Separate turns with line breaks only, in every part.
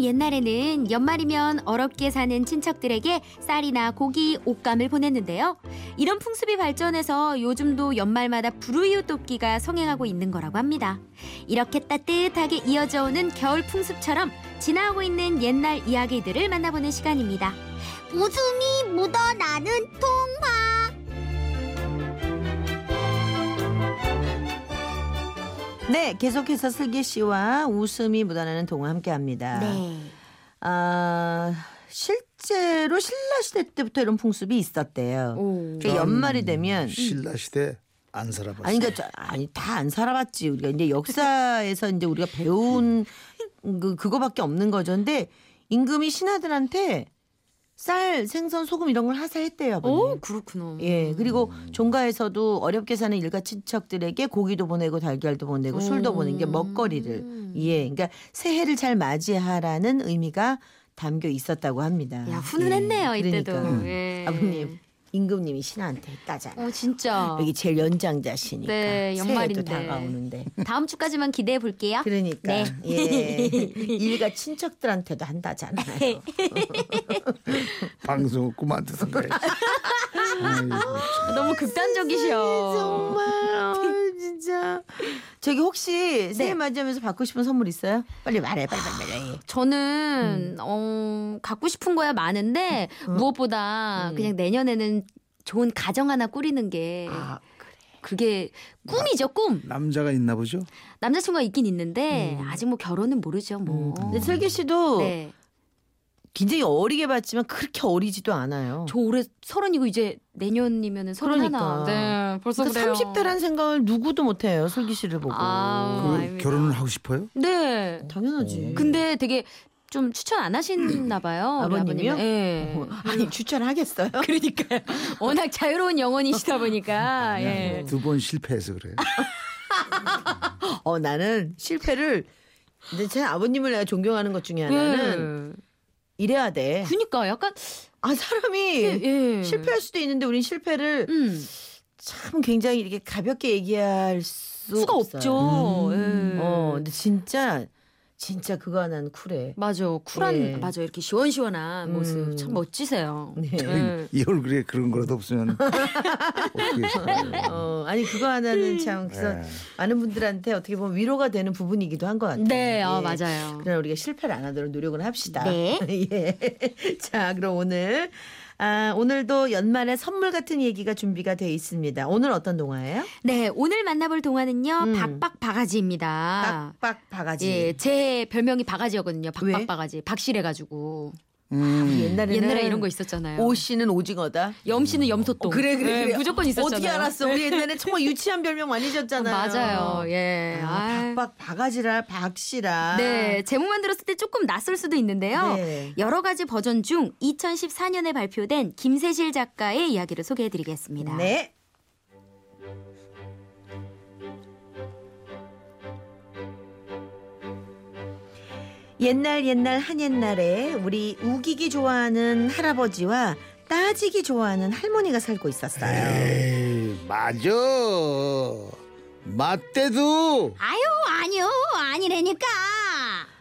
옛날에는 연말이면 어렵게 사는 친척들에게 쌀이나 고기, 옷감을 보냈는데요. 이런 풍습이 발전해서 요즘도 연말마다 불우이웃돕기가 성행하고 있는 거라고 합니다. 이렇게 따뜻하게 이어져 오는 겨울 풍습처럼 지나오고 있는 옛날 이야기들을 만나보는 시간입니다.
웃음이 묻어나는 통화.
네, 계속해서 슬기 씨와 웃음이 묻어나는 동화 함께합니다.
네.
아 실제로 신라 시대 때부터 이런 풍습이 있었대요.
오.
그 연말이 되면
신라 시대 안 살아봤어요.
아니 그러니까 저- 아니 다 안 살아봤지 우리가 이제 역사에서 이제 우리가 배운 그 그거밖에 없는 거죠. 근데 임금이 신하들한테 쌀, 생선, 소금 이런 걸 하사했대요.
오,
아버님.
그렇구나.
예, 그리고 종가에서도 어렵게 사는 일가 친척들에게 고기도 보내고 달걀도 보내고 술도 보내는 게
음.
먹거리를 예, 그러니까 새해를 잘 맞이하라는 의미가 담겨 있었다고 합니다.
야, 훈훈했네요,
예,
이때도.
그러니까.
예.
아버님, 임금님이 신하한테 했다잖아.
어, 진짜.
여기 제일 연장자시니까
네,
새해도
연말인데.
다가오는데
다음 주까지만 기대해 볼게요.
그러니까
네.
예 일가
네.
친척들한테도 한다잖아요.
방송 그만 듣는 거야.
너무 극단적이셔. 어.
정말 진짜 저기
네.
혹시 새해 맞이하면서 받고 싶은 선물 있어요? 빨리 말해 빨리 빨리 말해. 음.
저는 어, 갖고 싶은 거야 많은데
어?
무엇보다
음.
그냥 내년에는 좋은 가정 하나 꾸리는 게
아,
그게 꿈이죠 꿈.
남자가 있나 보죠?
남자친구가 있긴 있는데
음.
아직 뭐 결혼은 모르죠 뭐.
근데 슬기 씨도
네.
굉장히 어리게 봤지만 그렇게 어리지도 않아요.
저 올해 서른이고 이제 내년이면은 서른 하나.
그러니까.
네, 벌써
그러니까 30대란 생각을 누구도 못해요. 슬기 씨를 보고.
아.
그
아닙니다.
결혼을 하고 싶어요?
네.
음. 당연하지.
근데 되게 좀 추천 안 하시나 봐요. 우리
아버님이요?
아버님은. 예.
어, 아니 추천하겠어요?
그러니까요. 워낙 자유로운 영혼이시다
아, 네,
보니까. 예.
두 번 실패해서 그래요.
어 나는 실패를 근데 제 아버님을 내가 존경하는 것 중에 하나는 이래야 돼.
음. 그니까 약간
아 사람이
예.
실패할 수도 있는데 우린 실패를
음,
참 굉장히 이렇게 가볍게 얘기할 수
수가
없어요.
없죠. 예.
어, 근데 진짜 진짜 그거 하나는 쿨해.
맞아 쿨한
예.
맞아 이렇게 시원시원한 모습
음.
참 멋지세요.
네.
예.
이 얼굴에 그런 거라도 없으면 어떻게 살아요?
어, 아니 그거 하나는 참 그래서
네.
많은 분들한테 어떻게 보면 위로가 되는 부분이기도 한 것 같아요.
네, 아
예.
맞아요.
그러나 우리가 실패를 안 하도록 노력을 합시다.
네.
예. 자, 그럼 오늘 아, 오늘도 연말에 선물 같은 얘기가 준비가 돼 있습니다. 오늘 어떤 동화예요?
네 오늘 만나볼 동화는요
음.
박박 바가지입니다.
빡빡 바가지.
아. 예, 제 별명이 바가지였거든요. 박박
왜?
바가지 박실해가지고
음.
옛날에는
옛날에 이런 거 있었잖아요.
오 씨는 오징어다.
염씨는 염소똥.
어, 그래 그래,
예,
그래.
무조건 있었잖아요.
어떻게 알았어? 우리 옛날에 정말 유치한 별명 많이 줬잖아요.
맞아요. 예.
아,
아,
박박 바가지라 박씨라.
네 제목만 들었을 때 조금 낯설 수도 있는데요.
아. 네.
여러 가지 버전 중 2014년에 발표된 김세실 작가의 이야기를 소개해드리겠습니다.
네. 옛날 옛날 한 옛날에 우리 우기기 좋아하는 할아버지와 따지기 좋아하는 할머니가 살고
네.
있었어요.
에이, 맞아. 맞대도
아유 아니요 아니라니까.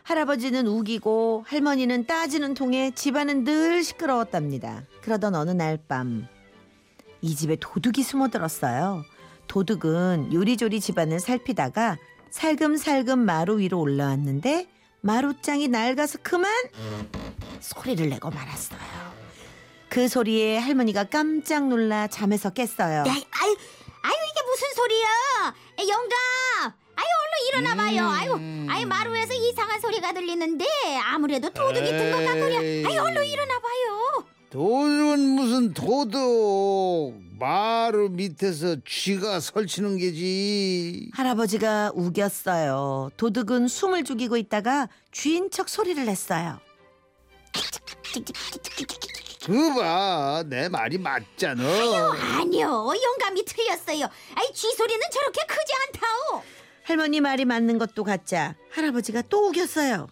할아버지는 우기고 할머니는 따지는 통에 집안은 늘 시끄러웠답니다. 그러던 어느 날 밤, 이 집에 도둑이 숨어들었어요. 도둑은 요리조리 집안을 살피다가 살금살금 마루 위로 올라왔는데 마루장이 낡아서 그만 소리를 내고 말았어요. 그 소리에 할머니가 깜짝 놀라 잠에서 깼어요.
네.
야, 네, 아유 아유 이게 무슨 소리야? 에, 영감. 아유 얼른 일어나봐요.
음.
아유 아유 마루에서 이상한 소리가 들리는데 아무래도 도둑이 든 것 같구려. 아유 얼른 일어나봐요.
도둑은 무슨 도둑 마루 밑에서 쥐가 설치는 게지
할아버지가 우겼어요. 도둑은 숨을 죽이고 있다가 쥐인 척 소리를 냈어요.
그봐 내 말이 맞잖아
아니요 영감이 틀렸어요. 아이 쥐 소리는 저렇게 크지 않다오.
할머니 말이 맞는 것도 가짜. 할아버지가 또 우겼어요.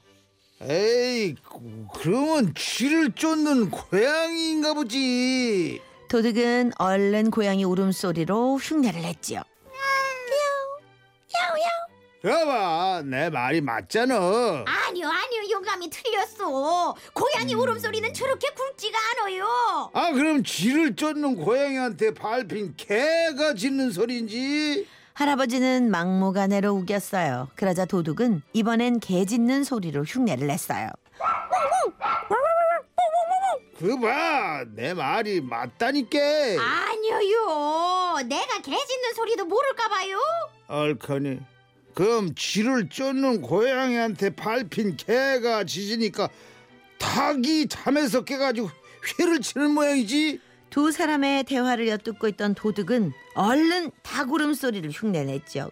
에이 그- 그러면 쥐를 쫓는 고양이인가 보지
도둑은 얼른 고양이 울음소리로 흉내를 냈지요.
여봐, 내 말이 맞잖아.
아니요 아니요 영감이 틀렸어 고양이 울음소리는 저렇게 굵지가 않아요
아, 그럼 쥐를 쫓는 고양이한테 밟힌 개가 짖는 소리인지?
할아버지는 막무가내로 우겼어요. 그러자 도둑은 이번엔 개 짖는 소리로 흉내를 냈어요.
그 봐, 내 말이 맞다니까.
아. 아니요 내가 개 짖는 소리도 모를까 봐요
얼커니. 그럼 쥐를 쫓는 고양이한테 밟힌 개가 짖으니까 닭이 잠에서 깨가지고 휘를 치는 모양이지?
두 사람의 대화를 엿듣고 있던 도둑은 얼른 닭 울음소리를 흉내냈죠.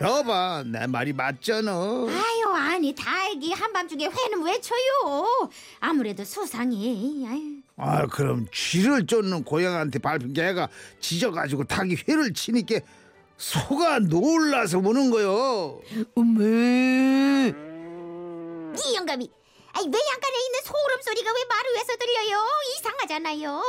여봐, 내 말이 맞잖아.
아유 아니 닭이 한밤중에 회는 왜 쳐요 아무래도 수상해 아유.
아 그럼 쥐를 쫓는 고양이한테 밟힌 개가 짖어가지고 닭이 회를 치니까 소가 놀라서 우는 거요.
어메
이 영감이 아이 내 양간에 있는 소울음 소리가 왜 마루에서 들려요 이상하잖아요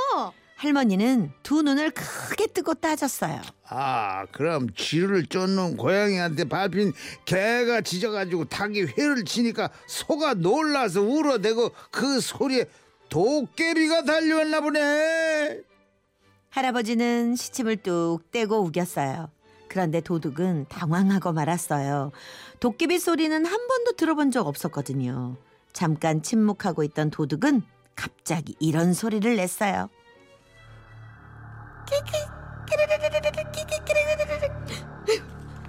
할머니는 두 눈을 크게 뜨고 따졌어요.
아 그럼 쥐를 쫓는 고양이한테 밟힌 개가 짖어가지고 닭이 회를 치니까 소가 놀라서 울어대고 그 소리에 도깨비가 달려왔나 보네.
할아버지는 시침을 뚝 떼고 우겼어요. 그런데 도둑은 당황하고 말았어요. 도깨비 소리는 한 번도 들어본 적 없었거든요. 잠깐 침묵하고 있던 도둑은 갑자기 이런 소리를 냈어요.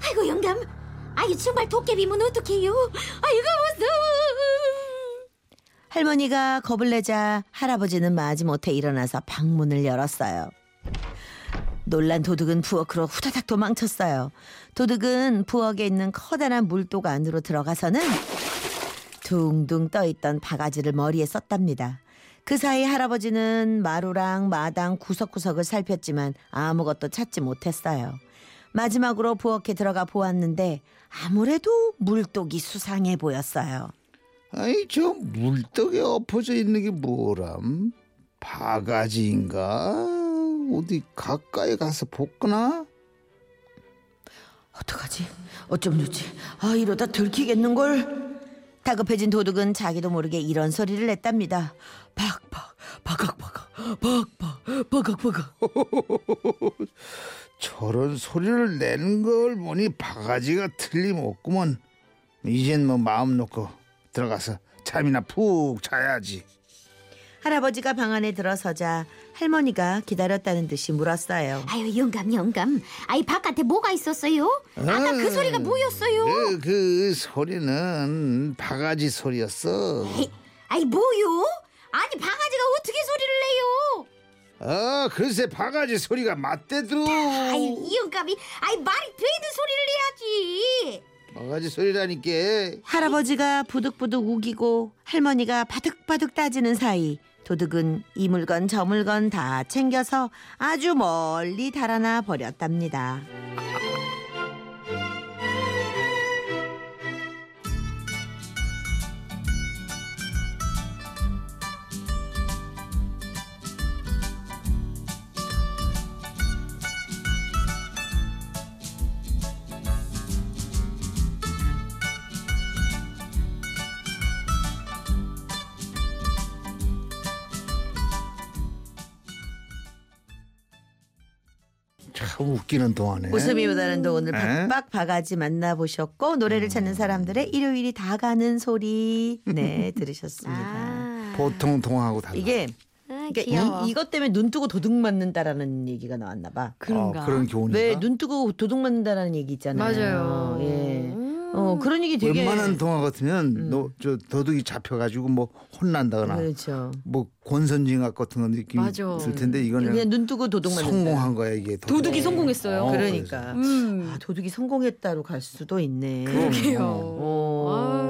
아이고 영감 아이 정말 도깨비면 어떡해요 아이고 무서워
할머니가 겁을 내자 할아버지는 마지못해 일어나서 방문을 열었어요. 놀란 도둑은 부엌으로 후다닥 도망쳤어요. 도둑은 부엌에 있는 커다란 물독 안으로 들어가서는 둥둥 떠있던 바가지를 머리에 썼답니다. 그 사이 할아버지는 마루랑 마당 구석구석을 살폈지만 아무것도 찾지 못했어요. 마지막으로 부엌에 들어가 보았는데 아무래도 물독이 수상해 보였어요.
아이 저 물떡에 엎어져 있는 게 뭐람? 바가지인가? 어디 가까이 가서 볼거나?
어떡하지? 어쩜 좋지? 아 이러다 들키겠는걸? 다급해진 도둑은 자기도 모르게 이런 소리를 냈답니다. 박박 박박박 박박 박박박
저런 소리를 내는 걸 보니 바가지가 틀림없구먼. 이젠 뭐 마음 놓고 들어가서 잠이나 푹 자야지.
할아버지가 방 안에 들어서자 할머니가 기다렸다는 듯이 물었어요.
아유 영감 영감 아이 바깥에 뭐가 있었어요? 아까 그 소리가
네.
뭐였어요?
음, 그, 그 소리는 바가지 소리였어.
에이, 아이 뭐요? 아니 방아지가 어떻게 소리를 내요?
아 글쎄 바가지 소리가 맞대도. 어.
아유 이 영감이 아이 말이 되는 소리를 내야지
바가지 소리라니까.
할아버지가 부득부득 우기고 할머니가 바득바득 따지는 사이 도둑은 이 물건 저 물건 다 챙겨서 아주 멀리 달아나 버렸답니다.
참 웃기는 동안에.
웃음이 묻어난도 오늘
에?
박박 바가지 만나보셨고 노래를
음.
찾는 사람들의 일요일이 다 가는 소리 네
아,
들으셨습니다.
보통 동화하고 달라.
이게
아,
그러니까 이, 이것 때문에 눈 뜨고 도둑 맞는다라는 얘기가 나왔나 봐.
아, 그런 교훈인가?
왜 눈 뜨고 도둑 맞는다라는 얘기 있잖아요.
맞아요.
예. 어 그런 얘기 되게
웬만한 동화 같으면 너, 저 도둑이 잡혀가지고 뭐 혼난다거나
네.
그렇죠.
뭐 권선징악 같은 건 느낌이
맞아.
들 텐데 이거는
그냥 눈 뜨고 도둑 맞는다.
성공한 거야 이게
도둑이 성공했어요.
어,
그러니까
음.
아, 도둑이 성공했다로 갈 수도 있네.
그러게요.
그러게요.
어.
아유.